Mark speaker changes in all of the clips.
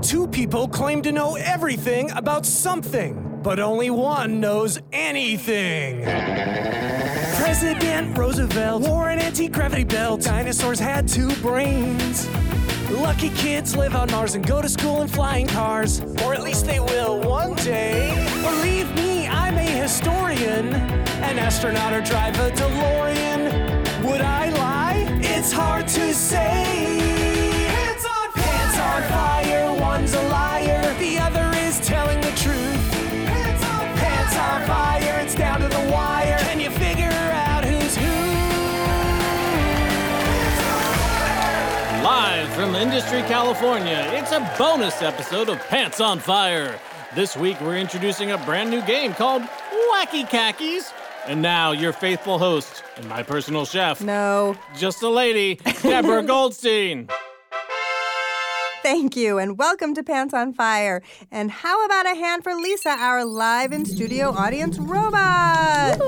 Speaker 1: Two people claim to know everything about something, but only one knows anything. President Roosevelt wore an anti gravity belt. Dinosaurs had two brains. Lucky kids live on Mars and go to school in flying cars, or at least they will one day. Believe me, I'm a historian, an astronaut or drive a DeLorean. Would I lie? It's hard to say. Hands on fire. Hands on fire. One's a liar, the other is telling the truth. Hands on fire. Hands on fire. It's down to the wire. Can you figure out who's who?
Speaker 2: Live from Industry, California, it's a bonus episode of Pants on Fire. This week, we're introducing a brand new game called Wacky Khakis. And now, your faithful host and my personal chef,
Speaker 3: No,
Speaker 2: just a lady, Deborah Goldstein.
Speaker 3: thank you, and welcome to Pants on Fire. And how about a hand for Lisa, our live in studio audience robot?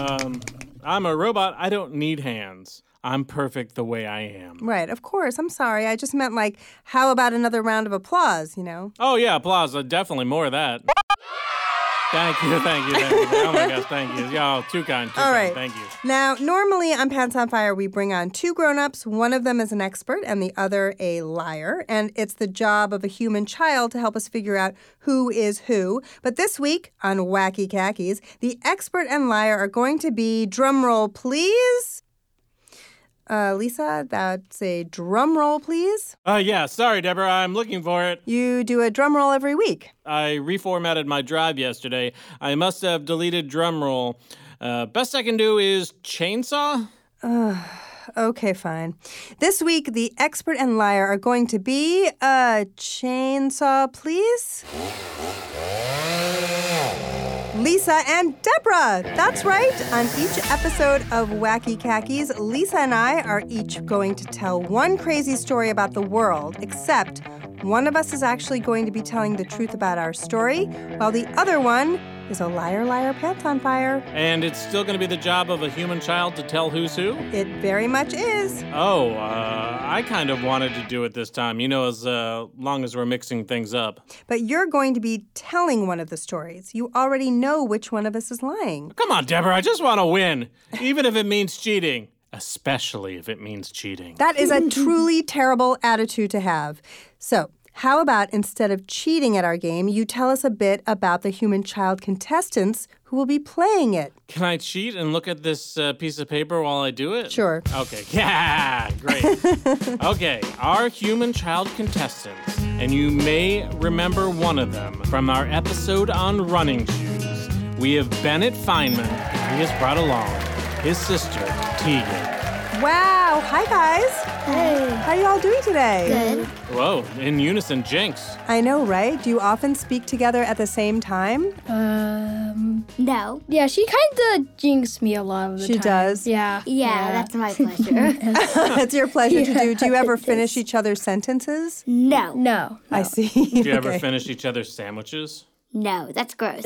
Speaker 2: Um, I'm a robot. I don't need hands. I'm perfect the way I am.
Speaker 3: Right, of course. I'm sorry. I just meant, like, how about another round of applause, you know?
Speaker 2: Oh, yeah, applause. Uh, definitely more of that. Thank you, thank you, thank you. Oh my gosh, thank you. Y'all, too kind. Too
Speaker 3: All
Speaker 2: kind.
Speaker 3: right.
Speaker 2: Thank you.
Speaker 3: Now, normally on Pants on Fire, we bring on two grown ups. One of them is an expert and the other a liar. And it's the job of a human child to help us figure out who is who. But this week on Wacky Khakis, the expert and liar are going to be, drum roll, please. Uh, Lisa, that's a drum roll, please.
Speaker 2: Uh, yeah, sorry, Deborah. I'm looking for it.
Speaker 3: You do a drum roll every week.
Speaker 2: I reformatted my drive yesterday. I must have deleted drumroll. Uh, best I can do is chainsaw.
Speaker 3: Okay, fine. This week, the expert and liar are going to be a chainsaw, please. Lisa and Deborah. That's right. On each episode of Wacky Khakis, Lisa and I are each going to tell one crazy story about the world, except one of us is actually going to be telling the truth about our story, while the other one is a liar, liar, pants on fire.
Speaker 2: And it's still going to be the job of a human child to tell who's who?
Speaker 3: It very much is.
Speaker 2: Oh, uh, I kind of wanted to do it this time, you know, as uh, long as we're mixing things up.
Speaker 3: But you're going to be telling one of the stories. You already know which one of us is lying.
Speaker 2: Come on, Deborah, I just want to win, even if it means cheating. Especially if it means cheating.
Speaker 3: That is a truly terrible attitude to have. So, how about instead of cheating at our game, you tell us a bit about the human child contestants who will be playing it?
Speaker 2: Can I cheat and look at this uh, piece of paper while I do it?
Speaker 3: Sure.
Speaker 2: Okay. Yeah. Great. okay. Our human child contestants, and you may remember one of them from our episode on running shoes. We have Bennett Feynman. He has brought along his sister Tegan.
Speaker 3: Wow! Hi, guys!
Speaker 4: Hey.
Speaker 3: How you all doing today?
Speaker 4: Good.
Speaker 2: Whoa! In unison, Jinx.
Speaker 3: I know, right? Do you often speak together at the same time?
Speaker 5: Um.
Speaker 4: No.
Speaker 5: Yeah, she kind of jinxed me a lot of the
Speaker 3: She
Speaker 5: time.
Speaker 3: does?
Speaker 5: Yeah.
Speaker 4: Yeah, that's my pleasure.
Speaker 3: it's your pleasure to do. Do you ever finish each other's sentences?
Speaker 4: no.
Speaker 5: No.
Speaker 3: I see. Do
Speaker 2: Do you ever finish each other's sandwiches?
Speaker 4: No, that's gross.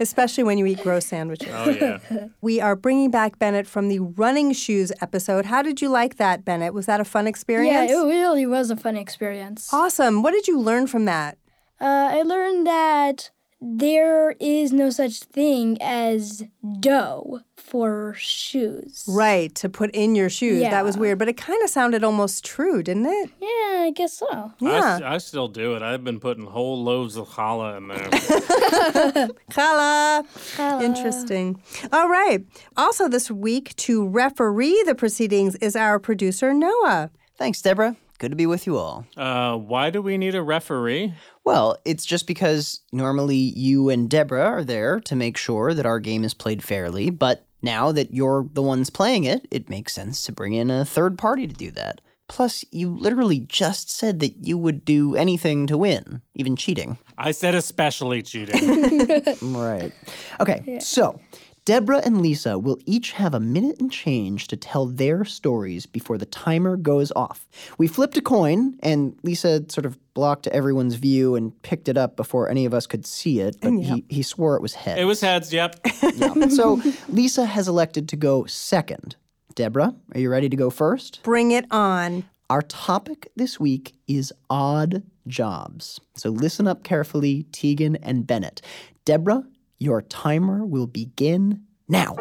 Speaker 3: Especially when you eat gross sandwiches.
Speaker 2: Oh yeah.
Speaker 3: We are bringing back Bennett from the running shoes episode. How did you like that, Bennett? Was that a fun
Speaker 5: Yeah,
Speaker 3: experience?
Speaker 5: it really was a fun experience. Uh,
Speaker 3: awesome. What did you learn from that?
Speaker 5: I learned that there is no such thing as dough for shoes.
Speaker 3: Right, to put in your shoes. That was
Speaker 5: Yeah.
Speaker 3: weird, but it kind of sounded almost true, didn't it?
Speaker 5: Yeah, I guess so.
Speaker 2: I, s- I still do it. I've been putting whole loaves of challah in there.
Speaker 3: Kala. Interesting. All right. Also, this week to referee the proceedings is our producer, Noah.
Speaker 6: Thanks, Deborah. Good to be with you all.
Speaker 2: Uh, why do we need a referee?
Speaker 6: Well, it's just because normally you and Deborah are there to make sure that our game is played fairly, but now that you're the ones playing it, it makes sense to bring in a third party to do that. Plus, you literally just said that you would do anything to win, even cheating.
Speaker 2: I said especially cheating.
Speaker 6: Right. Okay, so Deborah and Lisa will each have a minute and change to tell their stories before the timer goes off. We flipped a coin, and Lisa sort of blocked everyone's view and picked it up before any of us could see it, but he, he swore it was head.
Speaker 2: it was heads, yep.
Speaker 6: Yeah. so Lisa has elected to go second. Deborah, are you ready to go first?
Speaker 3: Bring it on.
Speaker 6: Our topic this week is odd jobs. So listen up carefully, Tegan and Bennett. Deborah, your timer will begin now.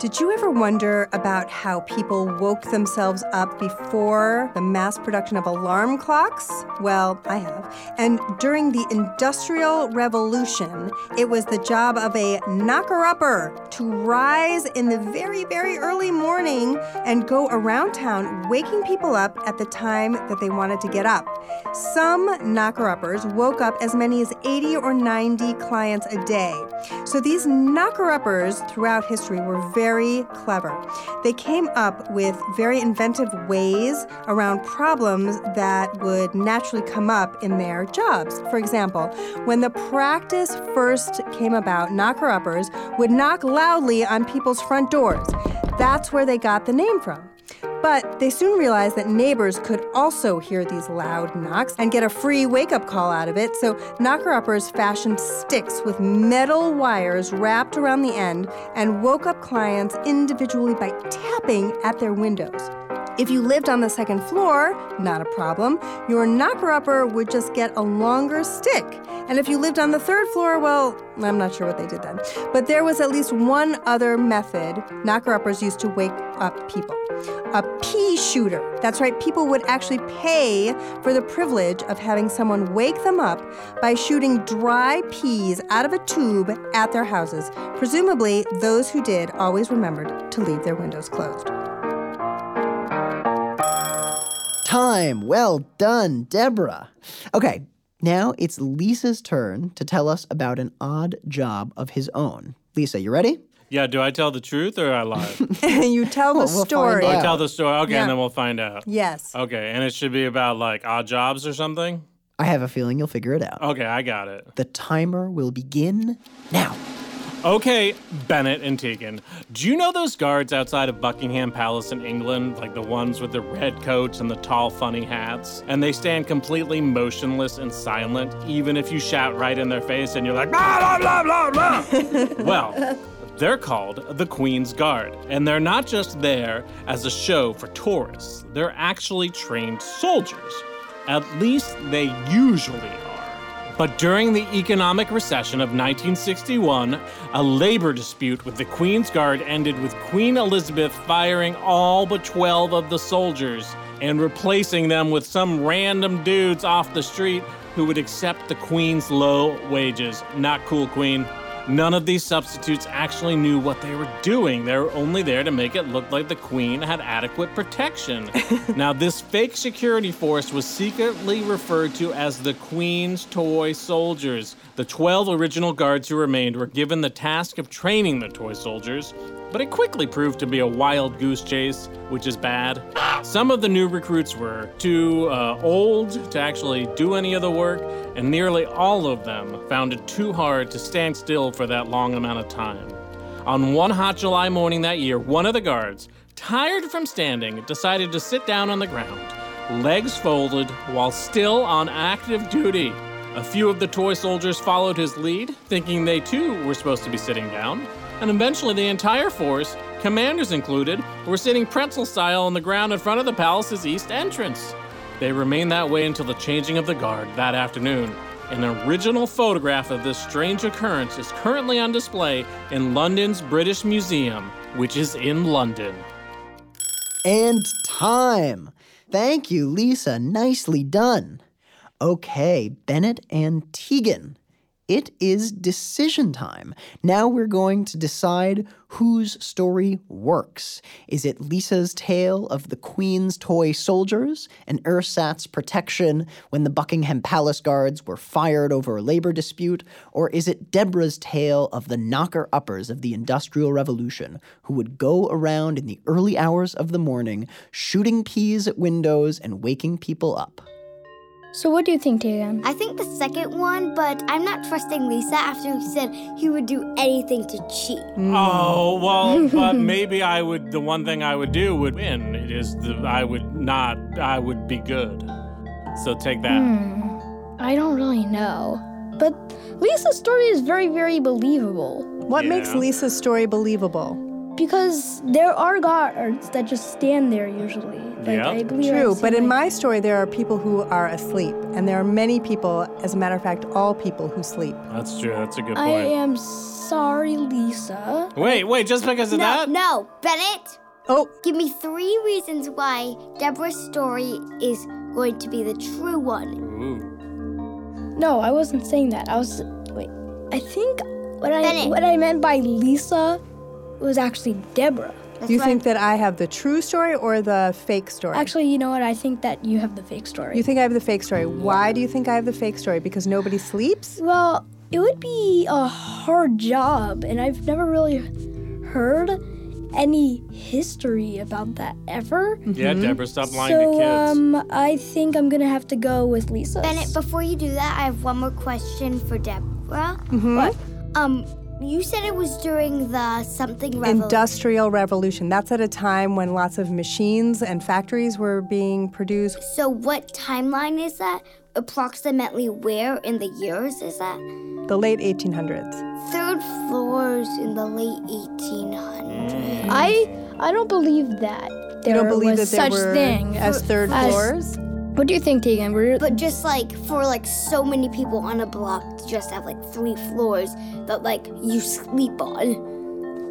Speaker 3: Did you ever wonder about how people woke themselves up before the mass production of alarm clocks? Well, I have. And during the Industrial Revolution, it was the job of a knocker upper to rise in the very, very early morning and go around town waking people up at the time that they wanted to get up. Some knocker uppers woke up as many as 80 or 90 clients a day. So these knocker uppers throughout history were very clever. They came up with very inventive ways around problems that would naturally come up in their jobs. For example, when the practice first came about, knocker uppers would knock loudly on people's front doors. That's where they got the name from. But they soon realized that neighbors could also hear these loud knocks and get a free wake up call out of it, so knocker uppers fashioned sticks with metal wires wrapped around the end and woke up clients individually by tapping at their windows. If you lived on the second floor, not a problem. Your knocker upper would just get a longer stick. And if you lived on the third floor, well, I'm not sure what they did then. But there was at least one other method knocker uppers used to wake up people a pea shooter. That's right, people would actually pay for the privilege of having someone wake them up by shooting dry peas out of a tube at their houses. Presumably, those who did always remembered to leave their windows closed.
Speaker 6: Time. Well done, Deborah. Okay, now it's Lisa's turn to tell us about an odd job of his own. Lisa, you ready?
Speaker 2: Yeah, do I tell the truth or I lie?
Speaker 3: you tell the
Speaker 6: Well, we'll find
Speaker 3: story.
Speaker 6: out.
Speaker 2: tell the story. Okay, and then we'll find out.
Speaker 3: Yes.
Speaker 2: Okay, and it should be about like odd jobs or something.
Speaker 6: I have a feeling you'll figure it out.
Speaker 2: Okay, I got it.
Speaker 6: The timer will begin now.
Speaker 2: Okay, Bennett and Tegan, do you know those guards outside of Buckingham Palace in England, like the ones with the red coats and the tall, funny hats? And they stand completely motionless and silent, even if you shout right in their face and you're like, blah, blah, blah, blah, blah. well, they're called the Queen's Guard, and they're not just there as a show for tourists, they're actually trained soldiers. At least they usually are. But during the economic recession of 1961, a labor dispute with the Queen's Guard ended with Queen Elizabeth firing all but 12 of the soldiers and replacing them with some random dudes off the street who would accept the Queen's low wages. Not cool, Queen. None of these substitutes actually knew what they were doing. They were only there to make it look like the Queen had adequate protection. now, this fake security force was secretly referred to as the Queen's Toy Soldiers. The 12 original guards who remained were given the task of training the toy soldiers, but it quickly proved to be a wild goose chase, which is bad. Some of the new recruits were too uh, old to actually do any of the work, and nearly all of them found it too hard to stand still for that long amount of time. On one hot July morning that year, one of the guards, tired from standing, decided to sit down on the ground, legs folded, while still on active duty. A few of the toy soldiers followed his lead, thinking they too were supposed to be sitting down, and eventually the entire force, commanders included, were sitting pretzel style on the ground in front of the palace's east entrance. They remained that way until the changing of the guard that afternoon. An original photograph of this strange occurrence is currently on display in London's British Museum, which is in London.
Speaker 6: And time. Thank you, Lisa. Nicely done. Okay, Bennett and Tegan. It is decision time. Now we're going to decide whose story works. Is it Lisa's tale of the Queen's toy soldiers and ersatz protection when the Buckingham Palace guards were fired over a labor dispute? Or is it Deborah's tale of the knocker uppers of the Industrial Revolution who would go around in the early hours of the morning shooting peas at windows and waking people up?
Speaker 5: So what do you think, Tegan?
Speaker 4: I think the second one, but I'm not trusting Lisa after he said he would do anything to cheat.
Speaker 5: Mm.
Speaker 2: Oh, well, but maybe I would, the one thing I would do would win. It is the, I would not, I would be good. So take that.
Speaker 5: Hmm. I don't really know. But Lisa's story is very, very believable.
Speaker 3: What makes
Speaker 2: Yeah.
Speaker 3: Lisa's story believable?
Speaker 5: Because there are guards that just stand there usually. Like,
Speaker 2: Yeah.
Speaker 5: I believe I've
Speaker 3: True,
Speaker 5: seen,
Speaker 3: but in
Speaker 5: like-
Speaker 3: my story, there are people who are asleep, and there are many people, as a matter of fact, all people who sleep.
Speaker 2: That's true. That's a good
Speaker 5: I uh,
Speaker 2: point.
Speaker 5: am sorry, Lisa.
Speaker 2: Wait, wait, just because of
Speaker 4: No,
Speaker 2: that?
Speaker 4: no, Bennett.
Speaker 3: Oh,
Speaker 4: Give me three reasons why Deborah's story is going to be the true one.
Speaker 2: Ooh.
Speaker 5: No, I wasn't saying that. I was wait. I think what I
Speaker 4: Bennett.
Speaker 5: what I meant by Lisa was actually Deborah.
Speaker 4: That's
Speaker 3: do you
Speaker 4: why-
Speaker 3: think that I have the true story or the fake story?
Speaker 5: Actually, you know what? I think that you have the fake story.
Speaker 3: you think I have the fake story. Why do you think I have the fake story? Because nobody sleeps?
Speaker 5: well, it would be a hard job, and I've never really heard any history about that ever.
Speaker 3: Mm-hmm.
Speaker 2: Yeah, Deborah, stop lying
Speaker 5: Hmm. so
Speaker 2: to kids. Uh,
Speaker 5: um, I think I'm gonna have to go with Lisa.
Speaker 4: Bennett, before you do that, I have one more question for Deborah.
Speaker 3: What?
Speaker 4: Um, you said it was during the something revolution.
Speaker 3: Industrial Revolution. That's at a time when lots of machines and factories were being produced.
Speaker 4: so what timeline is that? Approximately where in the years is that?
Speaker 3: The late 1800s.
Speaker 4: Third floors in the late 1800s.
Speaker 5: I I don't believe that
Speaker 3: you
Speaker 5: there
Speaker 3: don't believe
Speaker 5: was
Speaker 3: that there
Speaker 5: such
Speaker 3: were
Speaker 5: thing
Speaker 3: as third
Speaker 5: as-
Speaker 3: floors?
Speaker 5: What do you think, Tegan? Were-
Speaker 4: But just like for like so many people on a block to just have like three floors that like you sleep on.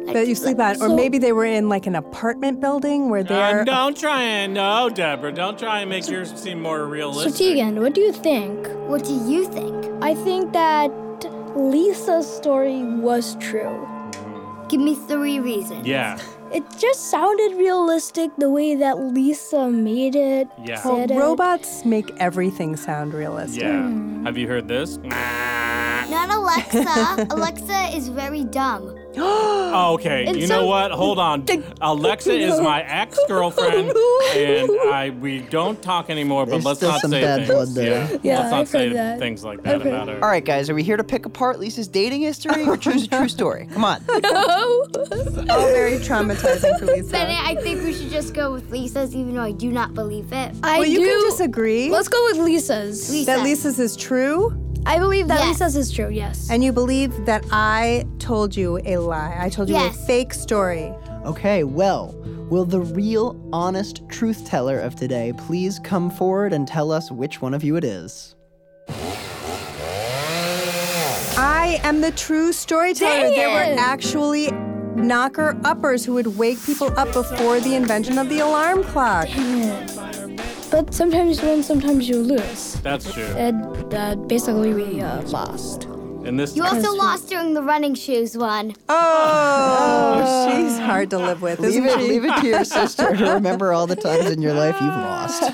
Speaker 4: Like,
Speaker 3: That you sleep on, or
Speaker 5: So-
Speaker 3: maybe they were in like an apartment building where
Speaker 2: Uh,
Speaker 3: they're
Speaker 2: don't try and no, Deborah. Don't try and make yours seem more
Speaker 5: so
Speaker 2: realistic.
Speaker 5: Tegan, what do you think?
Speaker 4: What do you think?
Speaker 5: I think that Lisa's story was true.
Speaker 4: Give me three reasons.
Speaker 2: yeah,
Speaker 5: It just sounded realistic the way that Lisa made it.
Speaker 2: Yeah.
Speaker 5: Said it.
Speaker 3: robots make everything sound realistic.
Speaker 2: yeah.
Speaker 5: Hmm.
Speaker 2: Have you heard this?
Speaker 4: Not Alexa. Alexa is very dumb.
Speaker 2: Okay, you know
Speaker 5: so-
Speaker 2: what? Hold on. Alexa is my ex-girlfriend, and I we don't talk anymore. But
Speaker 6: There's
Speaker 2: let's
Speaker 6: still
Speaker 2: not
Speaker 6: some
Speaker 2: say
Speaker 6: bad
Speaker 2: things.
Speaker 6: blood there.
Speaker 5: Yeah,
Speaker 2: let's not
Speaker 5: I've
Speaker 2: say
Speaker 5: heard that.
Speaker 2: things like that about her.
Speaker 6: All right, guys, are we here to pick apart Lisa's dating history or choose a true story? Come on.
Speaker 3: All very traumatizing for Lisa.
Speaker 4: Bennett, I think we should just go with Lisa's, even though I do not believe it.
Speaker 5: I
Speaker 3: well, you
Speaker 5: do.
Speaker 3: can disagree
Speaker 5: Let's go with Lisa's.
Speaker 3: that Lisa's is true,
Speaker 5: I believe that
Speaker 4: Yes.
Speaker 5: Lisa's is true. Yes.
Speaker 3: and you believe that I told you a lie. I told you a
Speaker 4: Yes.
Speaker 3: fake story.
Speaker 6: Okay, well, will the real, honest truth teller of today please come forward and tell us which one of you it is?
Speaker 3: I am the true storyteller.
Speaker 5: Dang
Speaker 3: There were
Speaker 5: it.
Speaker 3: actually knocker uppers who would wake people up before the invention of the alarm clock.
Speaker 5: but sometimes you win, sometimes you lose.
Speaker 2: That's true.
Speaker 5: And uh, basically, we uh, lost.
Speaker 2: And this
Speaker 4: You also lost during the running shoes one.
Speaker 3: Oh, she's hard to live with,
Speaker 6: Leave
Speaker 3: isn't
Speaker 6: it,
Speaker 3: she?
Speaker 6: leave it to your sister to remember all the times in your life you've lost.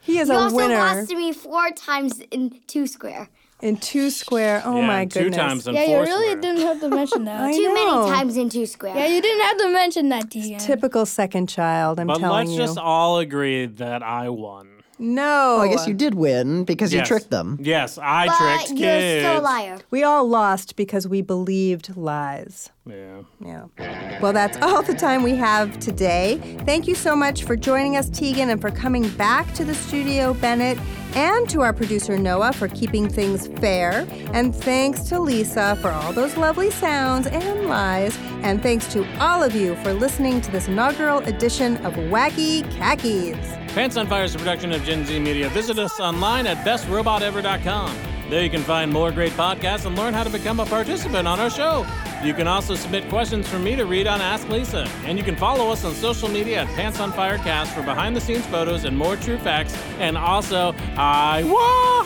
Speaker 3: He is
Speaker 4: You
Speaker 3: a
Speaker 4: also
Speaker 3: winner
Speaker 4: lost to me four times in two square.
Speaker 3: in two square. Oh
Speaker 2: yeah,
Speaker 3: my
Speaker 2: two
Speaker 3: goodness.
Speaker 2: times in
Speaker 5: Yeah, you
Speaker 2: four
Speaker 5: really
Speaker 2: square.
Speaker 5: didn't have to mention
Speaker 3: I
Speaker 5: that.
Speaker 4: Too
Speaker 3: know.
Speaker 4: many times in two square.
Speaker 5: yeah, you didn't have to mention that, Tegan.
Speaker 3: Typical second child, I'm
Speaker 2: But
Speaker 3: telling
Speaker 2: let's
Speaker 3: you.
Speaker 2: just all agree that I won.
Speaker 3: no.
Speaker 6: I guess you did win because you
Speaker 2: Yes.
Speaker 6: tricked them.
Speaker 2: Yes, I
Speaker 4: but
Speaker 2: tricked
Speaker 4: you're
Speaker 2: kids.
Speaker 4: still a liar.
Speaker 3: We all lost because we believed lies.
Speaker 2: Yeah.
Speaker 3: Yeah. Well, that's all the time we have today. Thank you so much for joining us, Tegan, and for coming back to the studio, Bennett, and to our producer, Noah, for keeping things fair. And thanks to Lisa for all those lovely sounds and lies. And thanks to all of you for listening to this inaugural edition of Wacky Khakis.
Speaker 2: Pants on Fire is a production of Gen Z Media. Visit us online at bestrobotever.com. There you can find more great podcasts and learn how to become a participant on our show. You can also submit questions for me to read on Ask Lisa. And you can follow us on social media at Pants on Fire Cast for behind the scenes photos and more true facts. And also, I won!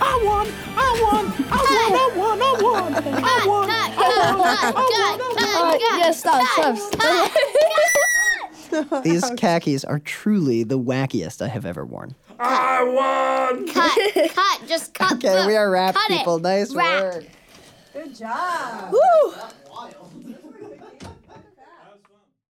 Speaker 2: I won! I won! I won! I won! I won! I won! Oh
Speaker 4: Cut, cut, cut, cut,
Speaker 5: Uh,
Speaker 4: cut, cut.
Speaker 5: yeah, stop, stop, stop.
Speaker 6: These khakis are truly the wackiest I have ever worn.
Speaker 2: I won!
Speaker 4: Cut, cut, just cut.
Speaker 6: Okay, we are wrapped,
Speaker 4: Cut it.
Speaker 6: people. Nice
Speaker 4: Wrap.
Speaker 6: work.
Speaker 3: Good job.
Speaker 5: Woo!